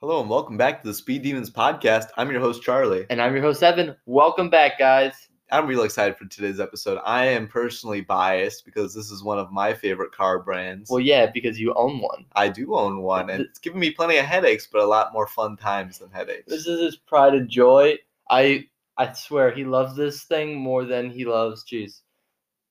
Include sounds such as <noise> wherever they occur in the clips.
Hello and welcome back to the Speed Demons podcast. I'm your host Charlie. And I'm your host, Evan. Welcome back, guys. I'm real excited for today's episode. I am personally biased because this is one of my favorite car brands. Well, yeah, because you own one. I do own one, and it's given me plenty of headaches, but a lot more fun times than headaches. This is his pride and joy. I I swear he loves this thing more than he loves cheese.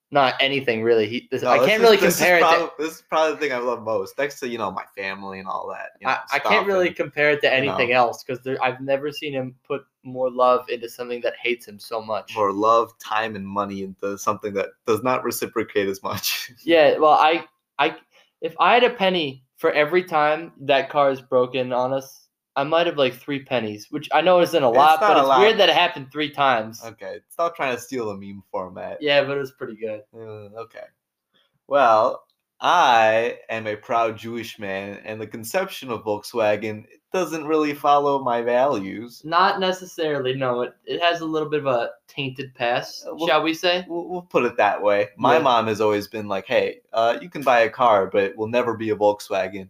Not anything really. He this, No, I this can't is- really this is compare it. prob- To, this is probably the thing I love most, next to you know my family and all that. you know, I, I stuff can't really and- compare it to you know. anything else because I've never seen him put more love into something that hates him so much. more love, time, and money into something that does not reciprocate as much. <laughs> Yeah, well, I, I, if I had a penny for every time that car is broken on us, I might have like three pennies, which I know isn't a lot, not but a it's lot. weird that it happened three times. okay, stop trying to steal the meme format. Yeah, but it was pretty good. Uh, okay. Well, I am a proud Jewish man, and the conception of Volkswagen doesn't really follow my values. Not necessarily. No, it, it has a little bit of a tainted past, Uh, well- shall we say? We'll, we'll put it that way. My Yeah. mom has always been like, hey, uh, you can buy a car, but it will never be a Volkswagen.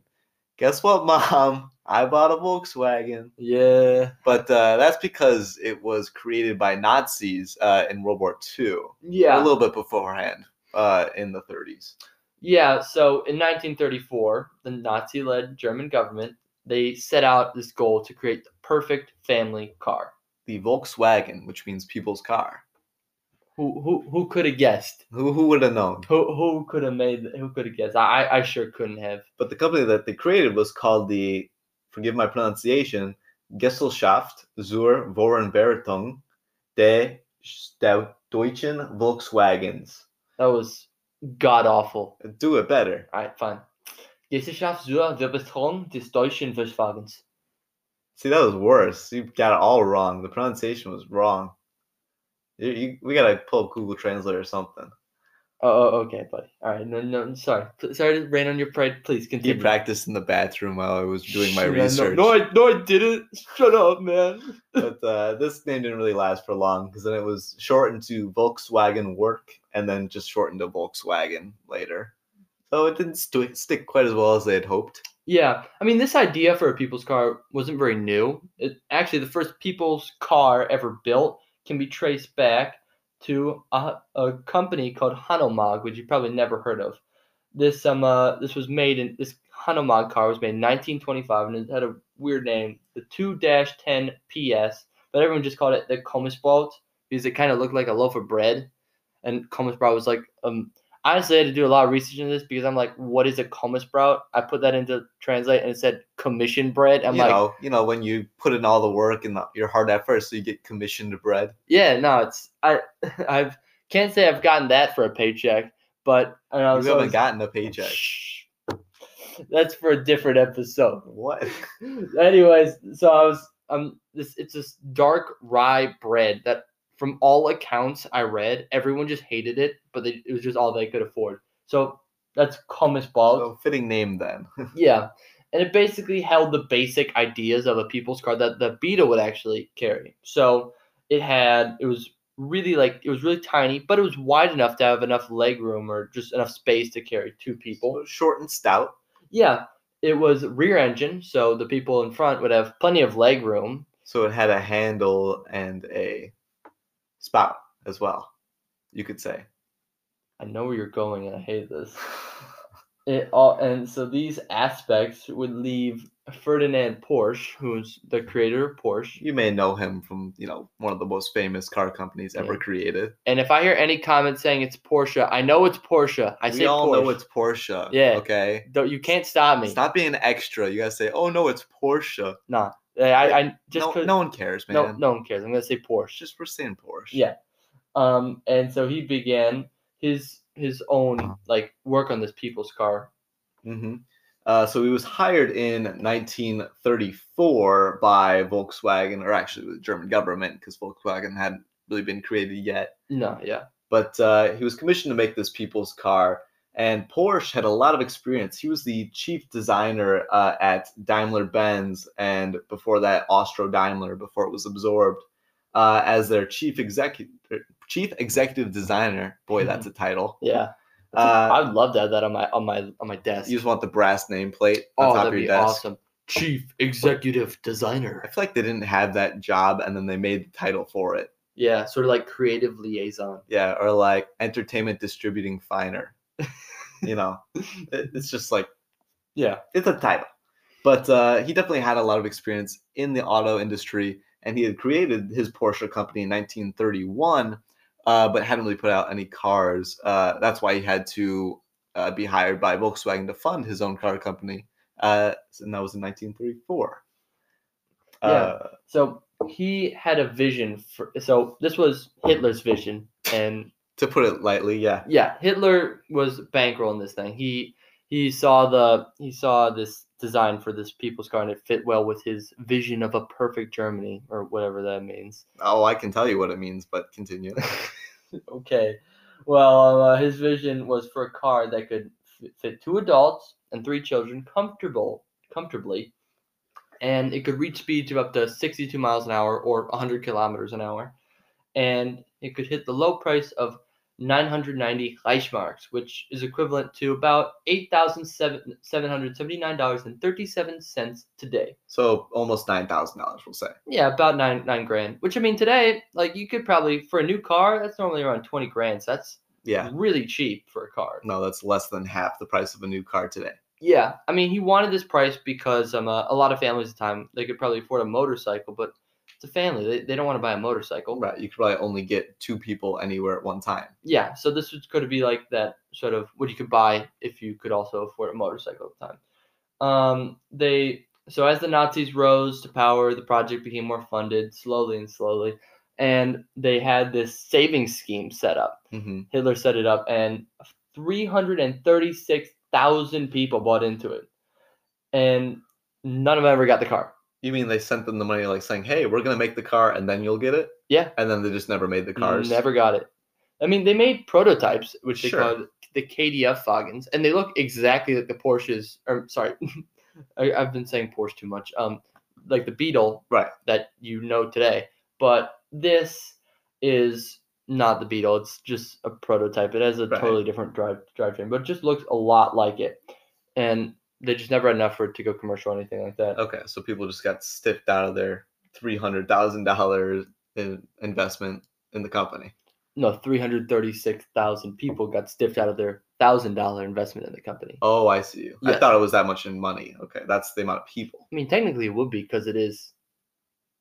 Guess what, <laughs> mom? I bought a Volkswagen. Yeah. But uh, that's because it was created by Nazis uh, in World War II, a Yeah. little bit beforehand uh, in the 30s. Yeah, so in 1934, the Nazi led German government. They set out this goal to create the perfect family car. The Volkswagen, which means people's car. Who who who could have guessed? Who, who would have known? Who who could have made? Who could have guessed? I I I sure couldn't have. but the company that they created was called the forgive my pronunciation Gesellschaft zur Warenwertung der Stau- Deutschen Volkswagens. That was god awful. Do it better. All right, fine. Gesellschaft zur Verbetrung des deutschen Volkswagens. See, that was worse. You got it all wrong. The pronunciation was wrong. You, you, we gotta pull up Google Translate or something. Oh, oh, okay, buddy. All right, no, no, sorry, P- sorry to rain on your parade. Please He continue. practiced in the bathroom while I was doing my Shit, I know- research. No, I, no, I didn't. Shut up, man. but uh, this name didn't really last for long because then it was shortened to Volkswagen Work and then just shortened to Volkswagen later. So it didn't stu- stick quite as well as they had hoped. Yeah, I mean, this idea for a people's car wasn't very new. It, actually, the first people's car ever built can be traced back to a, a company called Hanomag, which you probably never heard of. This um uh, this was made in this Hanomag car was made in 1925 and it had a weird name, the 2-10 PS, but everyone just called it the Kommissbrot because it kind of looked like a loaf of bread, and Kommissbrot was like um honestly I had to do a lot of research into this because I'm like, what is a coma sprout? I put that into translate and it said commission bread. I'm you like, know, you know when you put in all the work and the, your hard effort, so you get commissioned bread. yeah, no, it's I, <laughs> I've can't say I've gotten that for a paycheck, but and I You was haven't always- gotten a paycheck. Shh. That's for a different episode. What? Anyways, so I was um this it's this dark rye bread that from all accounts I read, everyone just hated it, but they, it was just all they could afford. So that's comest balls. <laughs> So fitting name then. Yeah. And it basically held the basic ideas of a people's car that the Beta would actually carry. So it had it was really like it was really tiny, but it was wide enough to have enough leg room or just enough space to carry two people. Short and stout. Yeah. It was rear engine, so the people in front would have plenty of leg room. So it had a handle and a spout as well. You could say. I know where you're going and I hate this. It all and so these aspects would leave Ferdinand Porsche, who's the creator of Porsche, You may know him from, you know, one of the most famous car companies ever Yeah. created. And if I hear any comment saying it's Porsche, I know it's Porsche. I we say all Porsche. know it's Porsche. Yeah. Okay. Don't, you can't stop me. Stop being extra. You gotta say, "Oh no, it's Porsche." Nah. I, I, I just no, 'cause- no one cares, man. no, no one cares. I'm gonna say It's Porsche. just we're saying Porsche. Yeah. Um, and so he began his his Uh-huh. own like work on this people's car. hmm Uh, so he was hired in 1934 by Volkswagen, or actually the German government, because Volkswagen hadn't really been created yet. No, yeah, but uh, he was commissioned to make this people's car. And Porsche had a lot of experience. He was the chief designer uh, at Daimler Benz, and before that, Austro Daimler, before it was absorbed, uh, as their chief executive chief executive designer. Boy, Mm-hmm. that's a title. yeah. Uh, I'd love to have that on my on my on my desk. You just want the brass nameplate on oh, top that'd of your be desk. awesome. chief executive I designer. feel like they didn't have that job and then they made the title for it. Yeah, sort of like creative liaison. Yeah, or like entertainment distributing finer. <laughs> you know, it, it's just like Yeah. it's a title. But uh, he definitely had a lot of experience in the auto industry, and he had created his Porsche company in 1931, uh, but hadn't really put out any cars. Uh, that's why he had to uh, be hired by Volkswagen to fund his own car company, uh, and that was in 1934. Uh, So he had a vision for. So this was Hitler's vision, and to put it lightly, yeah. yeah, Hitler was bankrolling this thing. He he saw the he saw this design for this people's car, and it fit well with his vision of a perfect Germany or whatever that means. Oh, I can tell you what it means, but continue. <laughs> okay. Well, uh, his vision was for a car that could fit, fit two adults and three children comfortable, comfortably, and it could reach speeds of up to 62 miles an hour or 100 kilometers an hour, and it could hit the low price of 990 Reichsmarks, which is equivalent to about $8,779.37 today. so almost nine thousand dollars, we'll say. Yeah, about nine nine grand. Which I mean, today, like you could probably for a new car, that's normally around twenty grand. So that's Yeah. really cheap for a car. No, that's less than half the price of a new car today. Yeah, I mean, he wanted this price because um, uh, a lot of families at the time they could probably afford a motorcycle, but it's a family; they, they don't want to buy a motorcycle. Right. You could probably only get two people anywhere at one time. Yeah, so this was going to be like that sort of what you could buy if you could also afford a motorcycle at the time. Um, they so as the Nazis rose to power, the project became more funded slowly and slowly, and they had this savings scheme set up. hmm Hitler set it up, and 336,000 people bought into it. And none of them ever got the car. You mean they sent them the money, like saying, "Hey, we're gonna make the car, and then you'll get it." Yeah. And then they just never made the cars. Never got it. I mean, they made prototypes, which they Sure. called the KDF Wagens, and they look exactly like the Porsches. Or sorry, <laughs> I, I've been saying Porsche too much. Um, like the Beetle, Right. That you know today, but this is not the Beetle. It's just a prototype. It has a Right. totally different drive drivetrain, but it just looks a lot like it. And they just never had enough for it to go commercial or anything like that. Okay, so people just got stiffed out of their three hundred thousand dollars in investment in the company. No, three hundred thirty-six thousand people got stiffed out of their thousand-dollar investment in the company. Oh, I see. I Yes. thought it was that much in money. Okay, that's the amount of people. I mean, technically it would be because it is.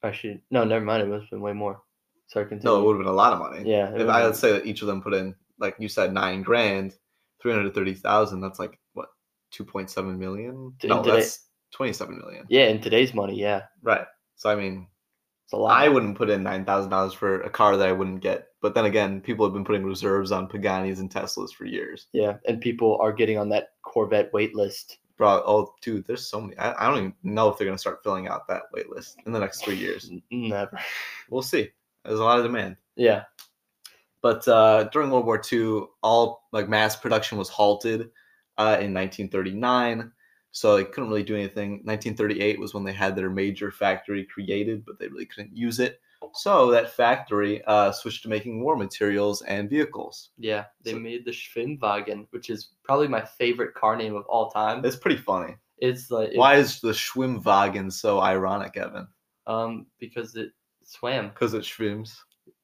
I should no, never mind. It must have been way more. Sorry, continue. No, it would have been a lot of money. Yeah, it If would've I been- would say that each of them put in, like you said, nine grand, three hundred thirty thousand. That's like what, two point seven million? To- no, today- that's twenty-seven million. yeah, in today's money, yeah, Right. So I mean, it's a lot. I wouldn't put in nine thousand dollars for a car that I wouldn't get. But then again, people have been putting reserves on Paganis and Teslas for years. yeah, and people are getting on that Corvette wait list. Bro, oh dude, there's so many. I, I don't even know if they're gonna start filling out that wait list in the next three years. N- Never. We'll see. There's a lot of demand. Yeah, But uh, during World War II, all like mass production was halted uh, in 1939, so they couldn't really do anything. 1938 was when they had their major factory created, but they really couldn't use it. So that factory uh, switched to making war materials and vehicles. yeah. They So- made the Schwimmwagen, which is probably my favorite car name of all time. It's pretty funny. It's like it- Why is the Schwimmwagen so ironic, Evan? um because it swam. Because it schwims.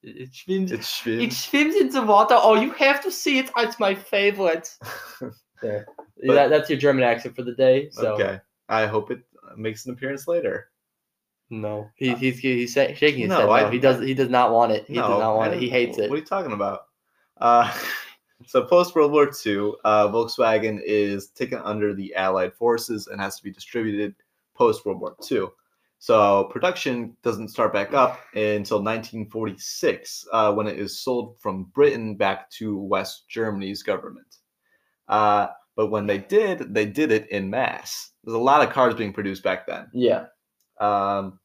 It, <laughs> it swims. It it schwims. swims in the water. Oh, you have to see it. It's my favorite. <laughs> But- that, that's your German accent for the day. So. okay. I hope it makes an appearance later. No, he, he's he's sa- shaking his Uh, No, head. No, I- he does he does not want it. He does I not want it. He don't- hates it. What are you talking about? Uh, <laughs> so post World War II, uh, Volkswagen is taken under the Allied forces and has to be distributed post World War II. So production doesn't start back up until 1946, uh, when it is sold from Britain back to West Germany's government. Uh, but when they did, they did it in mass. There's a lot of cars being produced back then. Yeah, Um,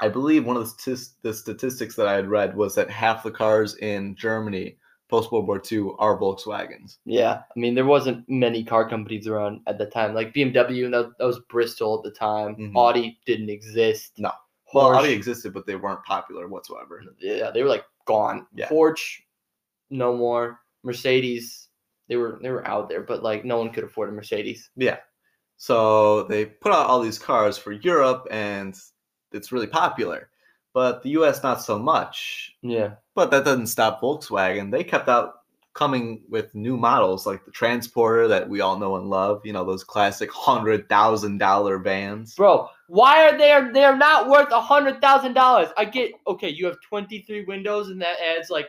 I believe one of the, statis- the statistics that I had read was that half the cars in Germany post World War II are Volkswagens. yeah. I mean, there wasn't many car companies around at the time. Like BMW, that, that was Bristol at the time. Mhm. Audi didn't exist. No. Well, Porsche, Audi existed, but they weren't popular whatsoever. yeah, they were like gone. Yeah. Porsche, no more. Mercedes, they were they were out there, but like no one could afford a Mercedes. So they put out all these cars for Europe and it's really popular. But the US, not so much. Yeah. But that doesn't stop Volkswagen. They kept out coming with new models like the Transporter that we all know and love, you know, those classic $100,000 vans. Bro, why are they they're not worth a hundred thousand dollars? I get okay, you have twenty three windows and that adds like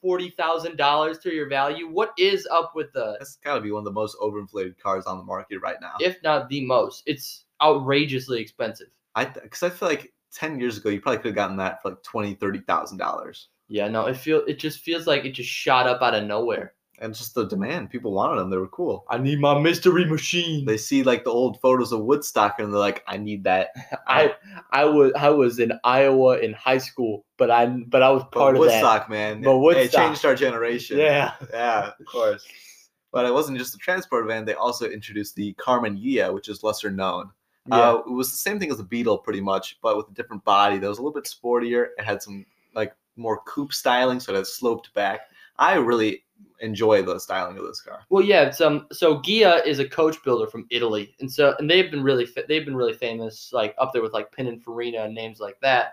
forty thousand dollars to your value. What is up with the That's got to be one of the most overinflated cars on the market right now. if not the most? It's outrageously expensive. I cuz I feel like 10 years ago you probably could have gotten that for like 20 30000 dollars Yeah, no, it feel it just feels like it just shot up out of nowhere. and just Mm. the demand people wanted them they were cool I need my mystery machine. they see like the old photos of woodstock and they're like i need that <laughs> I I was I was in Iowa in high school, but I but I was But part of that. woodstock man But it Woodstock. changed our generation Yeah. yeah of course but it wasn't just the transport van they also introduced the carmen Ghia, which is lesser known Yeah. Uh, it was the same thing as the Beetle, pretty much, but with a different body. That was a little bit sportier. It had some like more coupe styling, so it had sloped back. I really enjoy the styling of this car. Well, yeah. It's, um, so Gia is a coach builder from Italy, and so and they've been really fa- they've been really famous, like up there with like Pininfarina and names like that,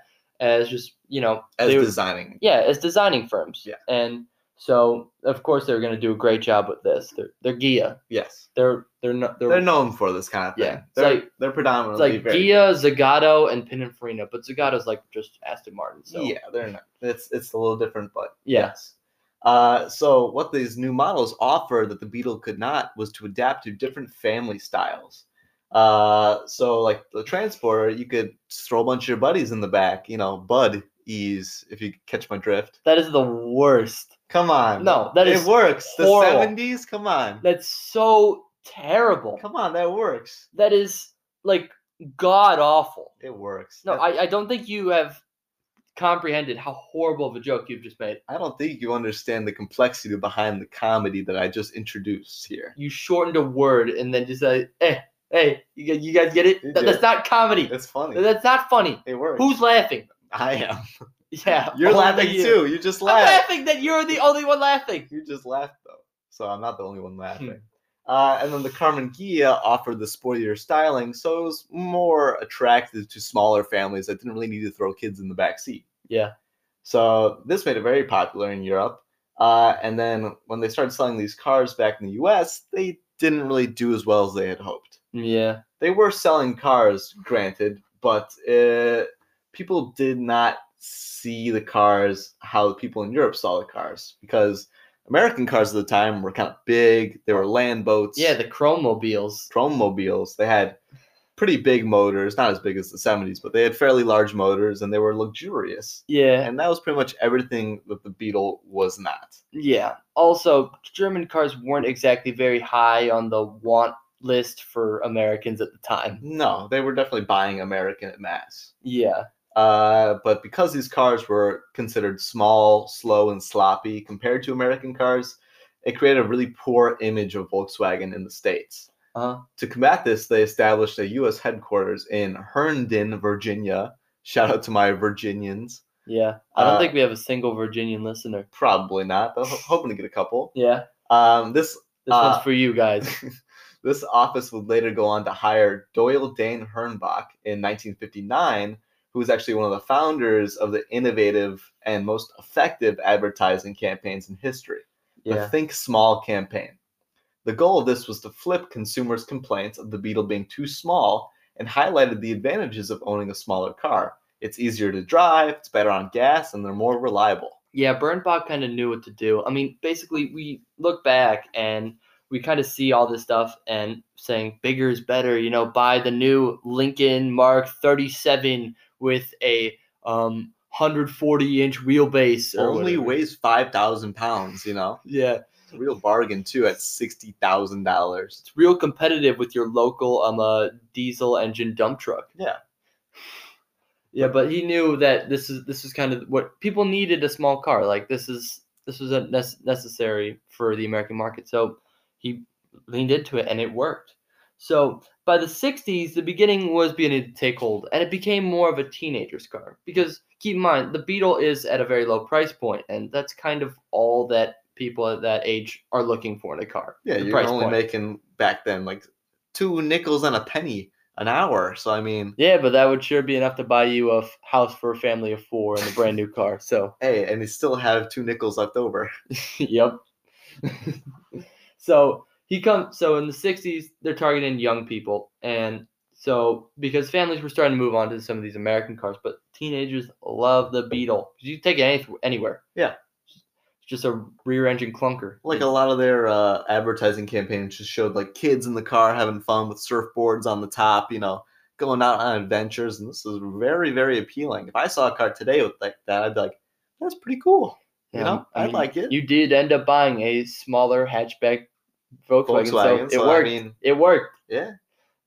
as just you know As they were- designing, yeah as designing firms. Yeah. And so of course they're going to do a great job with this. They're they're Gia. yes, They're they're not they're. they're known for this kind of thing. Yeah, it's they're like- they're it's predominantly like very Gia, Zagato, and Pininfarina, but Zagato's like just Aston Martin. So yeah, they're not. It's it's a little different, but Yeah. yes. Uh, so what these new models offer that the Beetle could not was to adapt to different family styles. Uh, so like the transporter, you could just throw a bunch of your buddies in the back, you know, bud ease if you catch my drift. that is the worst. Come on, No, that it is works. horrible. The seventies, come on, That's so terrible. come on, that works. That is like god awful. It works. No, That- I, I don't think you have comprehended how horrible of a joke you've just made. I don't think you understand the complexity behind the comedy that I just introduced here. You shortened a word and then just said, "Hey, hey, you, gu- you guys get it? You That- did. that's not comedy. It's funny. That's not funny. It works. Who's laughing? <laughs> I am. Yeah, You're only laughing you. too. You just I'm laughed. laughing that you're the only one laughing. You just laughed though. So I'm not the only one laughing. Uh, and then the Carmen Ghia offered the sportier styling, so it was more attractive to smaller families that didn't really need to throw kids in the back seat. Yeah. So this made it very popular in Europe. Uh, and then when they started selling these cars back in the U.S., they didn't really do as well as they had hoped Yeah. they were selling cars, granted, but uh, people did not see the cars how the people in Europe saw the cars because American cars at the time were kind of big. They were land boats, Yeah, the Chrome mobiles. chrome mobiles. They had pretty big motors, not as big as the 70s, but they had fairly large motors and they were luxurious. Yeah. And that was pretty much everything that the Beetle was not. Yeah. Also, German cars weren't exactly very high on the want list for Americans at the time. No, they were definitely buying American at mass. Yeah. Uh, but because these cars were considered small, slow, and sloppy compared to American cars, it created a really poor image of Volkswagen in the States. Uh-huh. To combat this, they established a U.S. headquarters in Herndon, Virginia. Shout out to my Virginians. Yeah. I don't Uh, think we have a single Virginian listener. Probably not, but ho- hoping to get a couple. Yeah. Um, this This uh, one's for you guys. <laughs> this office would later go on to hire Doyle Dane Hernbach in 1959, who was actually one of the founders of the innovative and most effective advertising campaigns in history, the Yeah. Think Small campaign. The goal of this was to flip consumers' complaints of the Beetle being too small and highlighted the advantages of owning a smaller car. It's easier to drive, it's better on gas, and they're more reliable. Yeah, Bernbach kind of knew what to do. I mean, basically, we look back and we kind of see all this stuff and saying bigger is better. You know, buy the new Lincoln Mark 37 with a um 140 inch wheelbase. or Only whatever. weighs 5,000 pounds, you know? Yeah, Real bargain, too, at $60,000. it's real competitive with your local um uh, diesel engine dump truck. Yeah. Yeah, but he knew that this is this is kind of what people needed a small car. Like this is this was a nece- necessary for the American market. So he leaned into it and it worked. So by the 60s, the beginning was beginning to take hold and it became more of a teenager's car because keep in mind the Beetle is at a very low price point and that's kind of all that people at that age are looking for in a car. Yeah, the you're price only point. making back then like two nickels and a penny an hour. So I mean, Yeah, but that would sure be enough to buy you a f- house for a family of four and a brand new car. <laughs> So, hey, and they still have two nickels left over. <laughs> yep. so he comes. So in the '60s, they're targeting young people, and so because families were starting to move on to some of these American cars, but teenagers love the Beetle. You take it any, anywhere. Yeah. It's just a rear-engine clunker. Like a lot of their uh, advertising campaigns just showed like kids in the car having fun with surfboards on the top, you know, going out on adventures, and this is very very appealing. If I saw a car today with like that, I'd be like, that's pretty cool. you know, I like it. You did end up buying a smaller hatchback Volkswagen, Volkswagen. so it so, worked. I mean, it worked. yeah.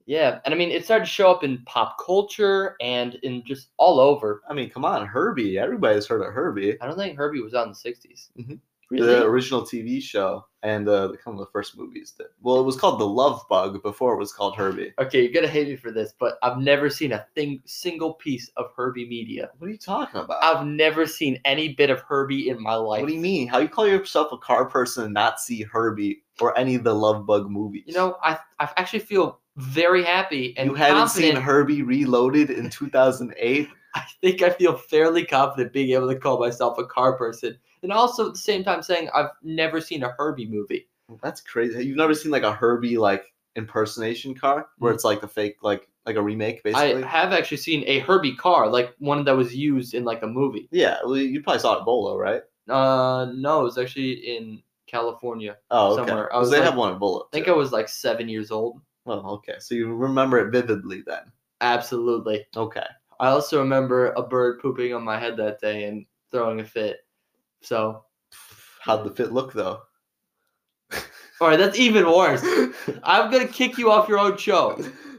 Yeah, and I mean, it started to show up in pop culture and in just all over. I mean, come on, Herbie. Everybody's heard of Herbie. I don't think Herbie was out in the '60s. Mhm. Really? the original TV show and uh, the- kind of the first movies that well, it was called The Love Bug before it was called Herbie. Okay, you're gonna hate me for this, but I've never seen a thing, single piece of Herbie media. What are you talking about? I've never seen any bit of Herbie in my life. what do you mean? How you call yourself a car person and not see Herbie or any of the Love Bug movies? You know, I I actually feel very happy and you haven't confident. seen Herbie Reloaded in 2008. I think I feel fairly confident being able to call myself a car person, and also at the same time saying I've never seen a Herbie movie. That's crazy. You've never seen like a Herbie like impersonation car where it's like the fake like like a remake basically. Hmm. I have actually seen a Herbie car, like one that was used in like a movie. yeah, well, you probably saw it at Bolo, right? Uh, no, it was actually in California. Oh, okay. Somewhere. I 'Cause was they like- have one at Bolo. I think I too. was like seven years old. Well, okay. So you remember it vividly then. Absolutely. Okay. I also remember a bird pooping on my head that day and throwing a fit. So, How'd the fit look though? <laughs> all right, that's even worse. I'm gonna kick you off your own show.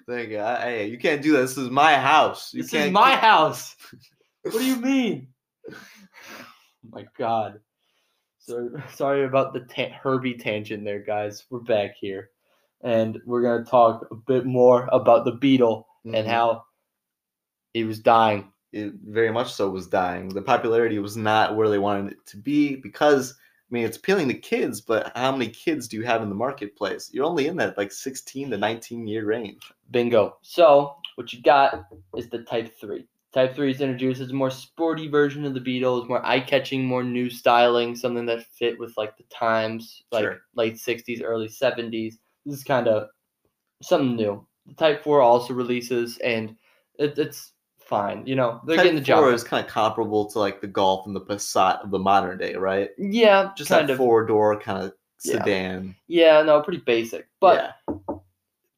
Thank you. I- Hey, you can't do that. This is my house. You this can't is my keep- <laughs> house. What do you mean? Oh my God. So sorry about the ta- Herbie tangent there, guys. We're back here, and we're gonna talk a bit more about the beetle and Mhm. how he was dying. Mm-hmm. it very much so was dying. The popularity was not where they wanted it to be because I mean it's appealing to kids, but how many kids do you have in the marketplace? You're only in that like 16 to 19 year range. Bingo. So what you got is the Type Three. Type Three is introduced as a more sporty version of the Beetle. It's more eye-catching, more new styling, something that fit with like the times, like Sure. late '60s, early '70s. This is kind of something new. The Type Four also releases, and it, it's fine. You know, they're Type getting the job. four is kind of comparable to like the Golf and the Passat of the modern day, right? done. yeah, Just kind that of. four door kind of Yeah. sedan. Yeah, no, pretty basic, but. Yeah.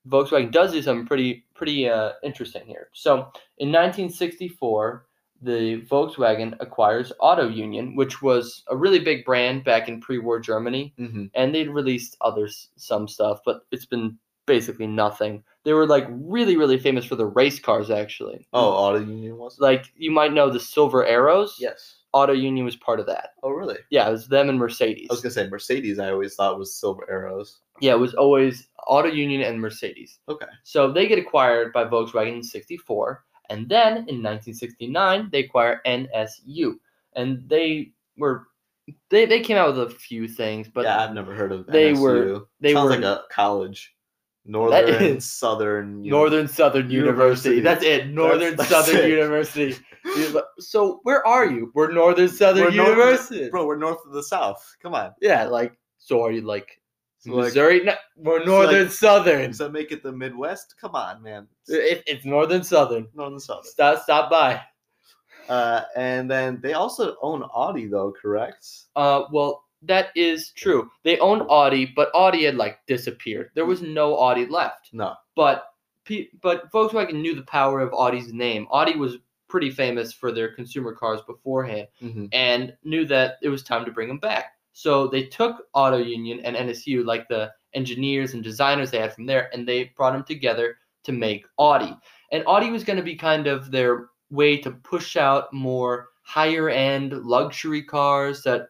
Volkswagen does do something pretty pretty uh, interesting here. So in 1964, the Volkswagen acquires Auto Union, which was a really big brand back in pre-war Germany, Mhm. and they'd released others some stuff, but it's been basically nothing. They were like really really famous for their race cars actually. Oh, Auto Union was like you might know the Silver Arrows. Yes. Auto Union was part of that. Oh, really? Yeah, it was them and Mercedes. I was gonna say Mercedes. I always thought was Silver Arrows. Yeah, it was always Auto Union and Mercedes. Okay. So they get acquired by Volkswagen in 64. And then in 1969, they acquire NSU. And they were, they, they came out with a few things, but yeah, I've never heard of. they NSU. were- they Sounds were- like a college, northern, is- southern, you know. Northern Southern University. University. That's it. Northern that's Southern it. University. You're like, So where are you? We're Northern Southern We're north of the- University. Bro, we're north of the south. Come on. yeah, like, so are you like So, like, Missouri? No, we're so, like, Northern Southern. does that make it the Midwest? Come on, man. It's It, it's Northern Southern. northern southern. Stop, stop by. Uh, and then they also own Audi, though, correct? Uh, well, that is true. They owned Audi, but Audi had like disappeared. There was no Audi left. No. But pe- but Volkswagen knew the power of Audi's name. Audi was pretty famous for their consumer cars beforehand, Mm-hmm. and knew that it was time to bring them back. So they took Auto Union and NSU, like the engineers and designers they had from there, and they brought them together to make Audi. And Audi was going to be kind of their way to push out more higher end luxury cars that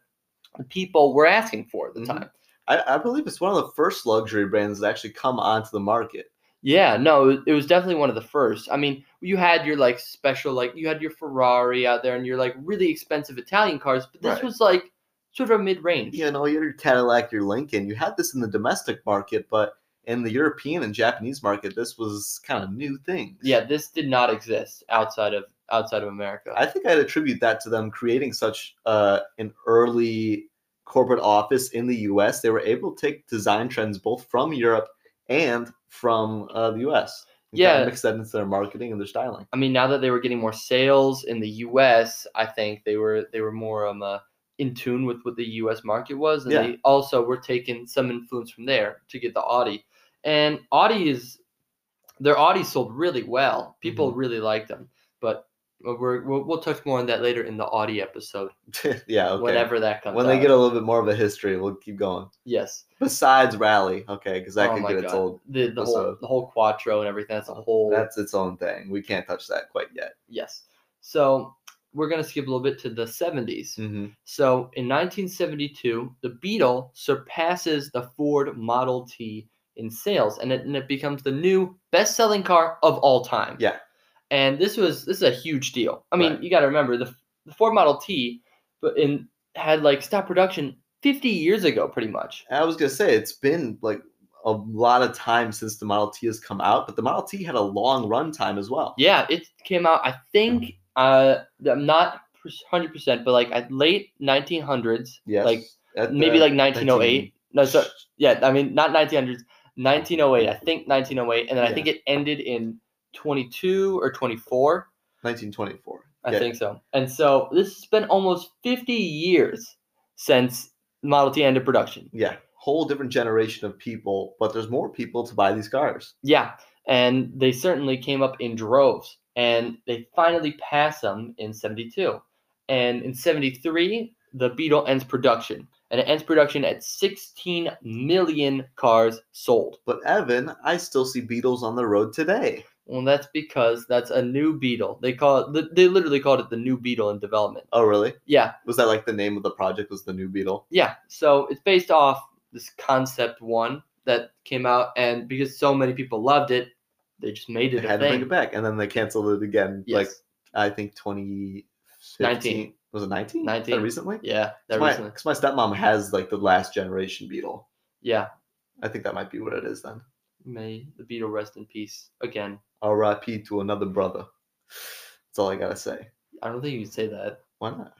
people were asking for at the Mhm. time. I, I believe it's one of the first luxury brands that actually come onto the market. Yeah, no, it- it was definitely one of the first. I mean, you had your like special, like you had your Ferrari out there and your like really expensive Italian cars, but this Right. was like sort of mid range. You know, your Cadillac, your Lincoln, you had this in the domestic market, but in the European and Japanese market, this was kind of new thing. Yeah, this did not exist outside of outside of America. I think I'd attribute that to them creating such uh, an early corporate office in the U.S. They were able to take design trends both from Europe and from uh, the U.S. and kinda Yeah. mix that into their marketing and their styling. <laughs> I mean, now that they were getting more sales in the U.S., I think they were they were more um, uh, in tune with what the U.S. market was, and Yeah. they also were taking some influence from there to get the Audi. And Audi is their Audi sold really well. People Mm-hmm. really liked them, but uh, we're, we'll, we'll touch more on that later in the Audi episode yeah, okay. whenever that comes. when they out. get a little bit more of a history, we'll keep going. yes, Besides Rally, okay, because that Oh could my get its God. old. the the whole episode. Uh, the whole Quattro and everything. That's a whole That's its own thing. We can't touch that quite yet. yes. So we're gonna skip a little bit to the '70s. Mm-hmm. So in 1972, the Beetle surpasses the Ford Model T in sales, and it, and it becomes the new best-selling car of all time. Yeah. and this was this is a huge deal. I mean, Right. you got to remember the, the Ford Model T, but in had like stopped production 50 years ago, pretty much. I was gonna say it's been like a lot of time since the Model T has come out, but the Model T had a long run time as well. Yeah, it came out. I think uh, I'm not 100, percent but like at late 1900s, Yes. like at maybe the like 1908. No, sorry. 19 Yeah, I mean not 1900s, 1908. I think 1908, and then I Yeah. think it ended in 22 or 24. 1924. I Yeah. think so. And so this has been almost 50 years since Model T ended production. Yeah. Whole different generation of people, but there's more people to buy these cars. Yeah, and they certainly came up in droves, and they finally passed them in 72. And in 73, the Beetle ends production, and it ends production at 16 million cars sold. But Evan, I still see Beetles on the road today. Well, that's because that's a new beetle. They call it. They literally called it the new beetle in development. Oh, really? Yeah, Was that like the name of the project? Was the new Beetle? yeah. So it's based off this concept one that came out, and because so many people loved it, they just made They it had a to bring it thing. back, and then they canceled it again. Like Yes. I think 2015. 19. Was it 19? 19. Recently? yeah. That my, recently. 'cause my stepmom has like the last generation Beetle. Yeah. I think that might be what it is then. May the beetle rest in peace again. R.I.P. to another brother. That's all I gotta say. I don't think you can say that. Why not?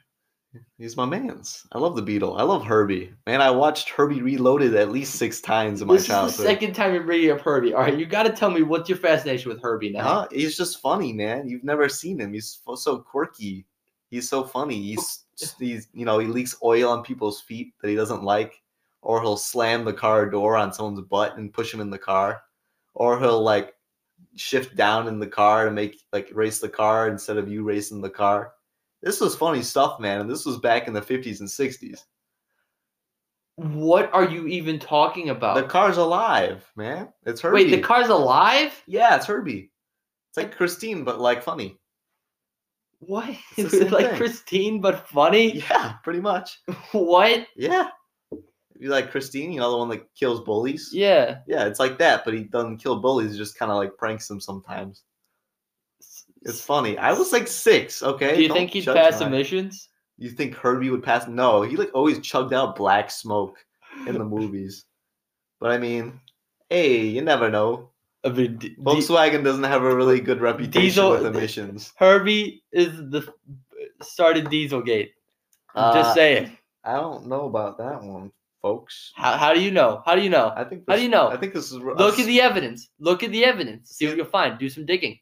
He's my man's. I love the Beetle. I love Herbie. Man, I watched Herbie Reloaded at least six times in my this is the childhood. second time you're bringing up Herbie. All right, you got to tell me what's your fascination with Herbie now. Huh? He's just funny, man. You've never seen him. He's f- so quirky. He's so funny. He's he's you know he leaks oil on people's feet that he doesn't like, or he'll slam the car door on someone's butt and push him in the car, or he'll like shift down in the car to make like race the car instead of you racing the car. This was funny stuff, man, and this was back in the fifties and sixties. What are you even talking about? The car's alive, man. It's Herbie. Wait, the car's alive? Yeah, it's Herbie. It's like Christine, but like funny. What? <laughs> It's the same like thing. Christine, but funny? Yeah, pretty much. What? Yeah. If you like Christine, you know the one that kills bullies? Yeah. Yeah, it's like that, but he doesn't kill bullies, he just kinda like pranks them sometimes. It's funny. I was like six, okay. Do you Don't think he'd judge pass my- emissions? You think Herbie would pass no, he like always chugged out black smoke <laughs> in the movies. But I mean, hey, you never know. I mean, D- D- Volkswagen doesn't have a really good reputation Diesel- with emissions. Herbie is the started Dieselgate. I'm Uh, Just saying. I don't know about that one, folks. How, how do you know? How do you know? I think How do this- you know? I think this is Look at the evidence. Look at the evidence. See what See- you'll find. Do some digging.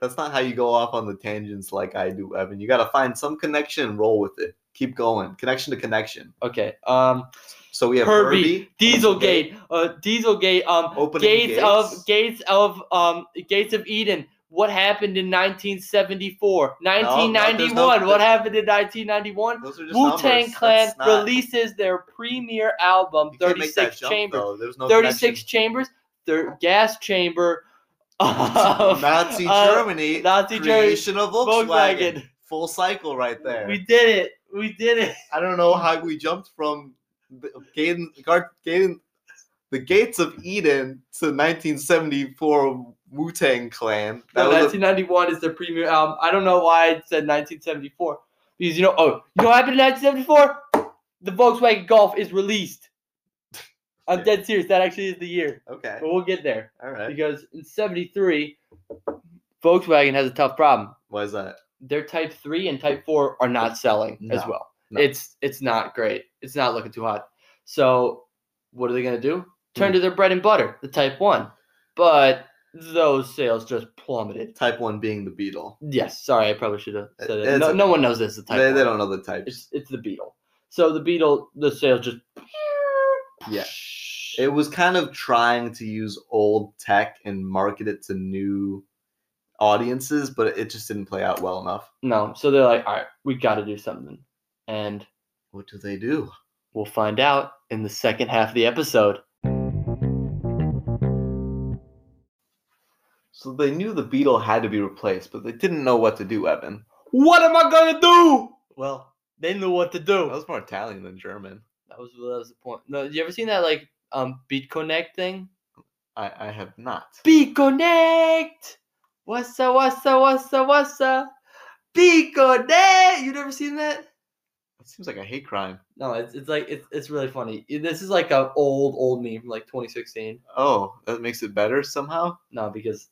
that's not how you go off on the tangents like I do, Evan. You got to find some connection and roll with it. Keep going, connection to connection. Okay. Um. So we have Herbie, Herbie, Dieselgate. Uh. Dieselgate. Um. opening Gates, gates, of gates of um gates of Eden. What happened in 1974? 1991. what there's- happened in 1991? Those are just Wu Tang numbers. Clan That's not- releases their premiere album, you can't make that 36 jump, Chambers. though. There's no 36 connection. Chambers. Thir- gas chamber. <laughs> Of, Nazi of Germany, Uh, Nazi Germany. creation of Volkswagen. Volkswagen. Full cycle right there. We did it. We did it. I don't know how we jumped from the, Gaten, Gar- Gaten, the gates of Eden to 1974 Wu Tang Clan. That No, was a- 1991 is their premiere album. I don't know why it said 1974 because you know. Oh, you know what happened in 1974? The Volkswagen Golf is released. I'm dead serious. That actually is the year. Okay. But we'll get there All right. because in 73, Volkswagen has a tough problem. Why is that? Their Type 3 and Type 4 are not selling as No, well. no. It's it's not great. It's not looking too hot. So, what are they going to do? Hmm. Turn to their bread and butter, the Type 1. But those sales just plummeted. Type one being the Beetle. Yes, sorry, I probably should have said it. It's No, okay. no one knows this. The type They, they don't one. know the types. It's it's the Beetle. So the Beetle, the sales just Yeah. It was kind of trying to use old tech and market it to new audiences, but it just didn't play out well enough. no. So they're like, all right, we got to do something, and What do they do? we'll find out in the second half of the episode. So they knew the Beetle had to be replaced, but they didn't know what to do, Evan. What am I gonna do? Well, they knew what to do. That was more Italian than German. That was that was the point. No, you ever seen that like um Beat Connect thing? I, I have not. Beat Connect. What's up? What's up? What's up? What's up? Beat Connect. You never seen that? It seems like a hate crime. No, it's, it's like it's, it's really funny. It- This is like an old old meme from like 2016. Oh, that makes it better somehow? <laughs> No, because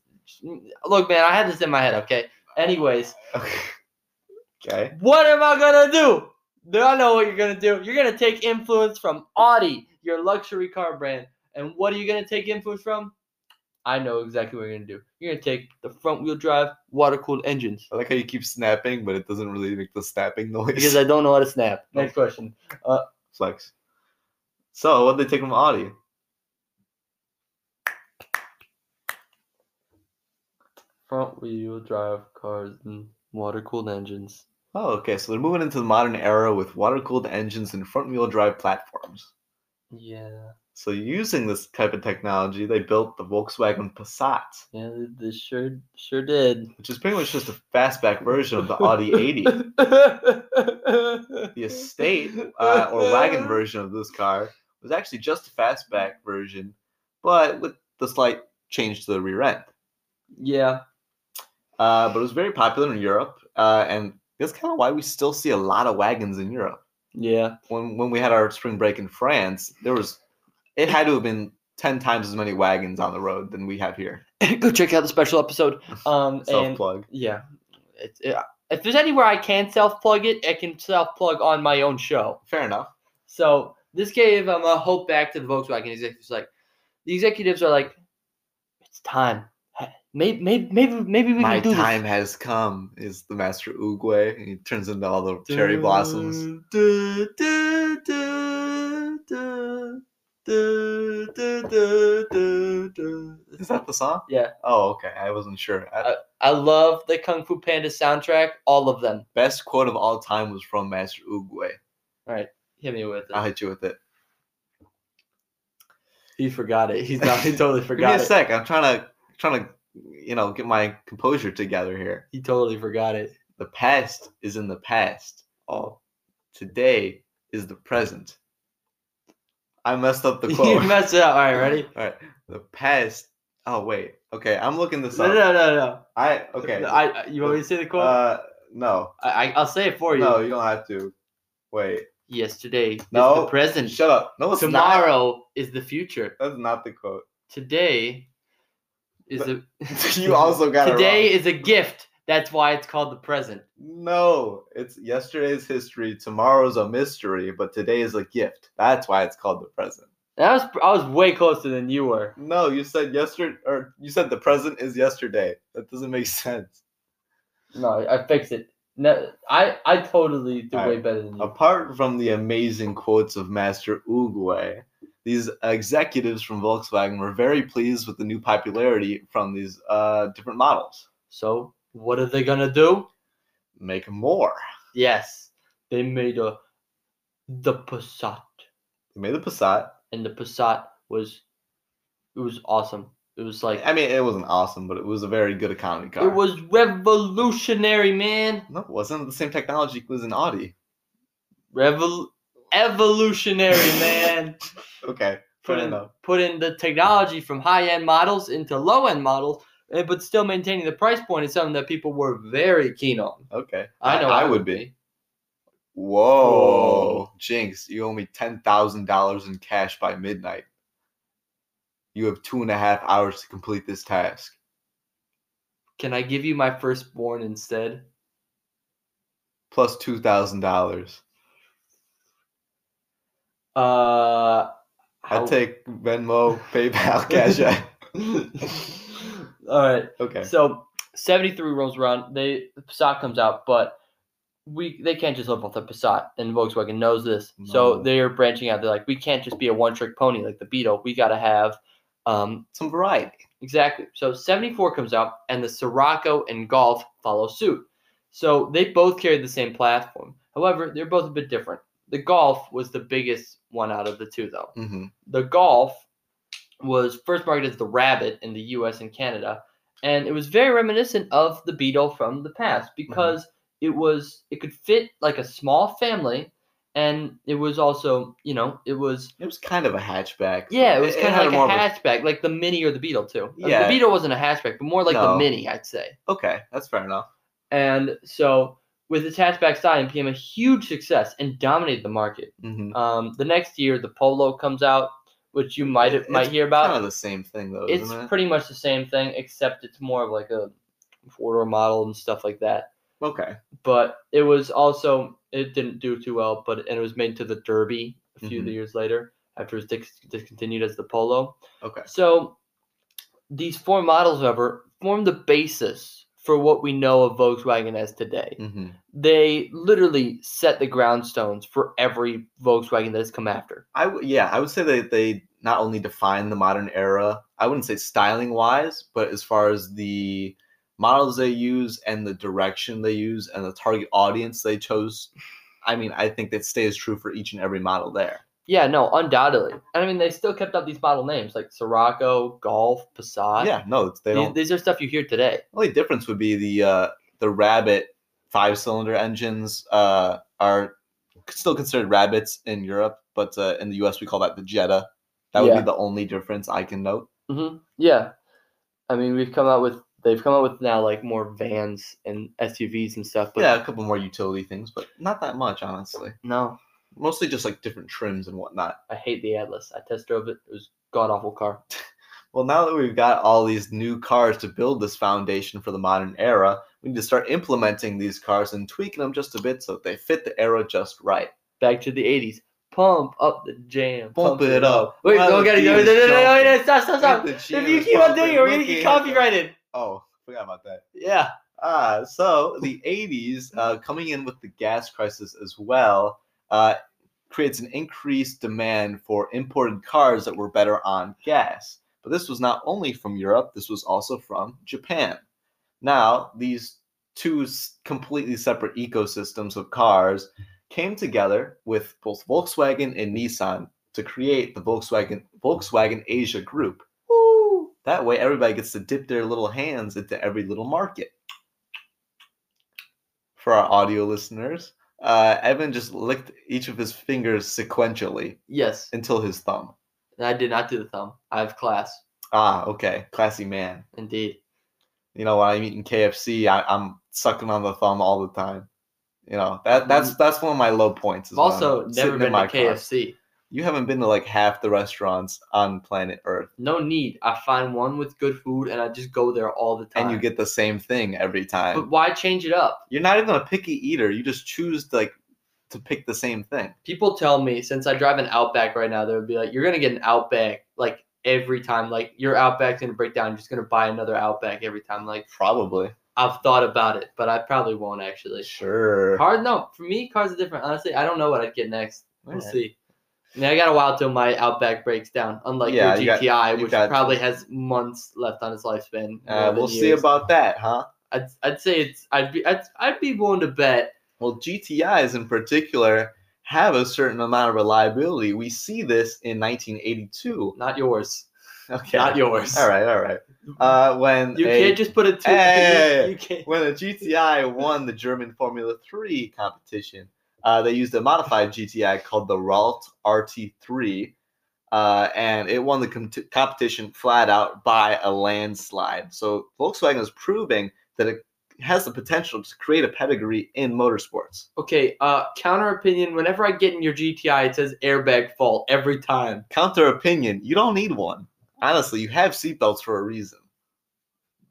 look, man, I had this in my head. Okay. Anyways, Okay. okay. what am I gonna do? Do I know what you're gonna do? You're gonna take influence from Audi, your luxury car brand, and what are you gonna take influence from? I know exactly what you're gonna do. You're gonna take the front wheel drive water cooled engines I like how you keep snapping, but it doesn't really make the snapping <laughs> noise. because I don't know how to snap. Next question. Flex. So, what would they take from Audi? Front wheel drive cars and water cooled engines. Oh, okay. So they're moving into the modern era with water cooled engines and front wheel drive platforms. Yeah. So, using this type of technology, they built the Volkswagen Passat, Yeah, this sure sure did. which is pretty much just a fastback version of the Audi 80. the <laughs> The estate uh, or wagon version of this car was actually just a fastback version, but with the slight change to the rear end. Yeah, Uh, but it was very popular in Europe, uh, and that's kind of why we still see a lot of wagons in Europe. yeah. <clears throat> When when we had our spring break in France, there was it had to have been ten times as many wagons on the road than we have here. Go check out the special <laughs> episode. Um, Self and plug. yeah, it's it, if there's anywhere I can self plug it, I can self plug on my own show. Fair enough. So this gave um, a hope back to the Volkswagen executives. Like the executives are like, it's time. Maybe maybe maybe maybe we My can do this." time has come. Is the master Oogway, and he turns into all the cherry blossoms. Is that the song? Yeah. Uh, Oh, okay. I wasn't sure. I- I love the Kung Fu Panda soundtrack, all of them. best quote of all time was from Master Oogway. Hit me with it. I'll hit you with it. he forgot it. He's <laughs> not, he totally Give me forgot a it. sec. I'm trying to trying to you know get my composure together here. He totally forgot it. The past is in the past. Oh, Today is the present. I messed up the <laughs> you quote. messed it up. All right, <laughs> ready? <laughs> All right. The past. Oh wait. Okay. I'm looking this No, up. no, no, no. I okay. No, I, I- you want me to say the quote? uh no. I, I, I'll say it for you. No, you don't have to. Wait. Yesterday is No. the present. Shut up. No, it's Not. Tomorrow is the future. That's not the <laughs> quote. <laughs> Today is But- a you also got today it is a gift. That's why it's called the present. wrong. No, it's yesterday's history. Tomorrow's a mystery, but today is a gift. That's why it's called the present. That was I was way closer than you were. No, you said yesterday, or you said the present is yesterday. That doesn't make <laughs> sense. No, I fixed it. No, I I totally did All way right. better than you. Apart from the amazing quotes of Master Oogway, these executives from Volkswagen were very pleased with the new popularity from these uh, different models. So what are they gonna do? Make more. Yes, they made a the Passat, They made the Passat. and the Passat was it was awesome. It was like I mean, it wasn't awesome, but it was a very good economy car. it was revolutionary, man. No, it wasn't the same technology was in Audi. Revol evolutionary, man. Okay, <laughs> Put fair in enough. put in the technology from high end models into low end models, eh, but still maintaining the price point is something that people were very keen on. Okay, I know I, would be. Whoa, Jinx! You owe me ten thousand dollars in cash by midnight. You have two and a half hours to complete this task. Can I give you my firstborn instead? Plus two thousand dollars. Uh, I how- take Venmo, PayPal, Cash App. <laughs> All right. Okay. So seventy-three rolls around. They the Passat comes out, but we they can't just live off the Passat, and Volkswagen knows this. So No. they are branching out. They're like, we can't just be a one-trick pony like the Beetle. We got to have um, Some variety. Exactly. So 74 comes out, and the Sirocco and Golf follow suit. So they both carry the same platform. However, they're both a bit different. The Golf was the biggest one out of the two, though. Mm-hmm. The Golf was first marketed as the Rabbit in the US and Canada, and it was very reminiscent of the Beetle from the past because it was it could fit like a small family and it was also, you know, it was It was kind of a hatchback. yeah, it was kind had of more like a hatchback, like the Mini or the Beetle too. Uh, Yeah. the Beetle wasn't a hatchback, but more like the No. Mini, I'd say. Okay, that's fair enough. And so, with its hatchback style, it became a huge success and dominated the market. Mm-hmm. Um, the next year, the Polo comes out, which you might It- might it's hear about. Kind of the same thing though, it's isn't it? pretty much the same thing, except it's more of like a four-door model and stuff like that. okay. But it was also it didn't do too well, but and it was made to the Derby a few Mhm. years later after it was dis- discontinued as the Polo. Okay. So these four models, however, form the basis for what we know of Volkswagen as today. Mm-hmm. They literally set the groundstones for every Volkswagen that has come after. I w- yeah, I would say that they not only define the modern era. I wouldn't say styling wise, but as far as the models they use and the direction they use and the target audience they chose, I mean, I think that stays true for each and every model there. Yeah, no, undoubtedly. And I mean, they still kept up these model names like Sirocco, Golf, Passat. Uh, yeah, no, it's- they These, don't. these are stuff you hear today. only difference would be the uh, the rabbit five cylinder engines uh, are still considered rabbits in Europe, but uh, in the U.S. we call that the Jetta. That would Yeah. be the only difference I can note. hmm Yeah, I mean, we've come out with they've come out with now like more vans and SUVs and stuff. But yeah, a couple more utility things, but not that much, honestly. no, Mostly just like different trims and whatnot. I hate the Atlas. I test drove it. It was god awful car. Well, now that we've got all these new cars to build this foundation for the modern era, we need to start implementing these cars and tweaking them just a bit so that they fit the era just right. back to the 80s. Pump up the jam. Pump it up. Wait, While no, the gotta go. No, no, beat is no, no, jumping. no, stop, stop, stop. If If the you G keep is on doing it, we're gonna pumping, look get at- copyrighted. Oh, forgot about that. Yeah. Ah, so the 80s, uh, coming in with the gas crisis as well, uh, creates an increased demand for imported cars that were better on gas. But this was not only from Europe, this was also from Japan. Now, these two s- completely separate ecosystems of cars came together with both Volkswagen and Nissan to create the Volkswagen Volkswagen Asia group. Woo. That way everybody gets to dip their little hands into every little market. For our audio listeners, uh, Evan just licked each of his fingers sequentially Yes. until his thumb. I did not do the thumb. I have class. Ah, okay. Classy man. Indeed. You know, when I'm eating KFC, I, I'm sucking on the thumb all the time. You know, that that's that's one of my low points. is I've when I'm Mm. also sitting never in been to my car. KFC. You haven't been to like half the restaurants on planet Earth, No need. I find one with good food and I just go there all the time. and you get the same thing every time. But why change it up? You're not even a picky eater. You just choose like to pick the same thing. People tell me since I drive an Outback right now, they would be like, "You're gonna get an Outback like every time. Like your Outback's gonna break down. You're just gonna buy another Outback every time." Like Probably. I've thought about it, but I probably won't actually. Sure. Cars, no, for me, cars are different. Honestly, I don't know what I'd get next. We'll Alright. see. I mean, I got a while till my Outback breaks down. Unlike Yeah, you your got- GTI, you which got- probably has months left on its lifespan. more Uh, than we'll see years. about that, huh? I'd, I'd say it's. I'd be. I'd, I'd be willing to bet. Well, GTIs in particular have a certain amount of reliability. We see this in 1982. Not yours. Okay. Not yours. All right, all right. Uh, when <laughs> You a- can't just put a two. <laughs> Hey! You, you can't. when the GTI won the German Formula 3 competition, uh, they used a modified GTI called the Ralt RT3, uh, and it won the com- competition flat out by a landslide. So Volkswagen is proving that it has the potential to create a pedigree in motorsports. Okay. Uh, counter opinion. Whenever I get in your GTI, it says airbag fault every time. Counter opinion, you don't need one. honestly, you have seatbelts for a reason.